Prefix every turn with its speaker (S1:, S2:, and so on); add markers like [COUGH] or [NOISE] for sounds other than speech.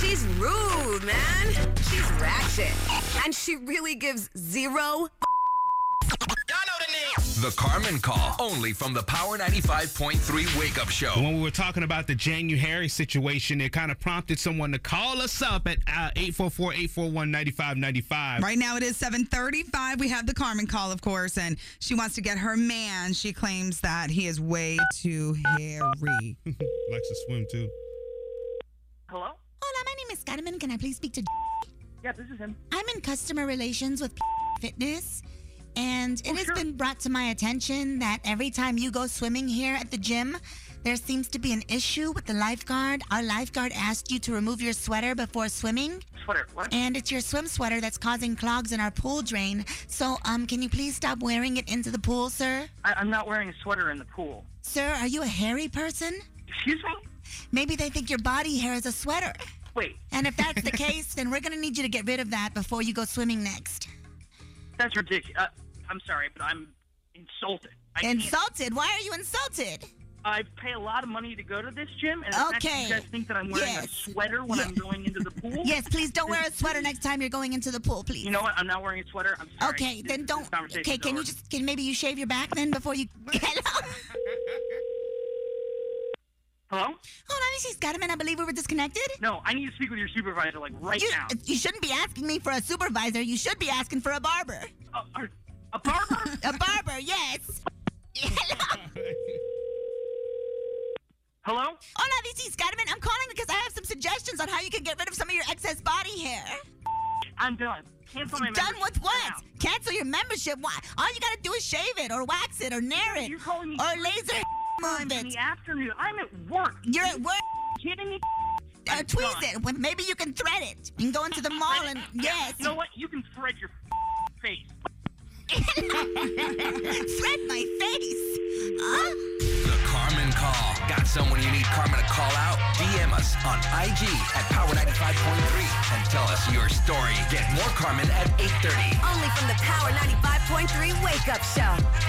S1: She's rude, man. She's ratchet. And she really gives zero.
S2: The Carmen Call, only from the Power 95.3 Wake Up Show.
S3: When we were talking about the January situation, it kind of prompted someone to call us up at uh, 844 841 9595. [LAUGHS]
S4: Right now it is 735. We have the Carmen call, of course, and she wants to get her man. She claims that he is way too hairy.
S3: Likes to swim too.
S5: Hello?
S6: Hola, my name is Carmen. Can I please speak to?
S5: Yeah, this is him.
S6: I'm in customer relations with Fitness, and it has
S5: Oh, sure.
S6: been brought to my attention that every time you go swimming here at the gym, there seems to be an issue with the lifeguard. Our lifeguard asked you to remove your sweater before swimming,
S5: Sweater. What?
S6: and it's your swim sweater that's causing clogs in our pool drain. So, um, can you please stop wearing it into the pool, sir?
S5: I, I'm not wearing a sweater in the pool.
S6: Sir, are you a hairy person?
S5: Excuse me?
S6: Maybe they think your body hair is a sweater.
S5: Wait,
S6: And if that's the case, then we're going to need you to get rid of that before you go swimming next.
S5: that's ridiculous. Uh, I'm sorry, but I'm insulted. I can't-
S6: Insulted? Why are you insulted?
S5: I pay a lot of money to go to this gym, and the fact that
S6: Okay.
S5: you guys think that I'm wearing
S6: Yes.
S5: a sweater when I'm going into the pool?
S6: Yes, please don't wear a sweater next time you're going into the pool, please.
S5: You know what? I'm not wearing a sweater. I'm sorry.
S6: okay,
S5: This-
S6: then
S5: this
S6: don't.
S5: conversation's
S6: Okay, can you
S5: over.
S6: just can maybe you shave your back then before you [LAUGHS] hello?
S5: Hello?
S6: Hold on, she's got him, and I believe we were disconnected.
S5: No, I need to speak with your supervisor, like, right
S6: you,
S5: now.
S6: you shouldn't be asking me for a supervisor. You should be asking for a barber.
S5: Uh, are- a
S6: [LAUGHS]
S5: barber?
S6: A barber, yes. Hello.
S5: Hello?
S6: Hola, this is Carmen. I'm calling because I have some suggestions on how you can get rid of some of your excess body hair.
S5: I'm done. Cancel my
S6: Done
S5: membership
S6: with what?
S5: now.
S6: Cancel your membership. Why? All you gotta do is shave it or wax it or nair it
S5: You're calling me
S6: or laser [LAUGHS] move
S5: in
S6: it.
S5: the afternoon. I'm at work.
S6: You're at work.
S5: kidding me?
S6: Or
S5: I'm
S6: tweeze
S5: done.
S6: it. Well, maybe you can thread it and go into the mall
S5: [LAUGHS]
S6: and yes,
S5: You know what? You can thread your [LAUGHS] face.
S6: [LAUGHS] thread my face. Huh?
S2: The Carmen Call. Got someone you need Carmen to call out? DM us on IG at Power 95.3 and tell us your story. Get more Carmen at 830.
S1: Only from the Power 95.3 Wake Up Show.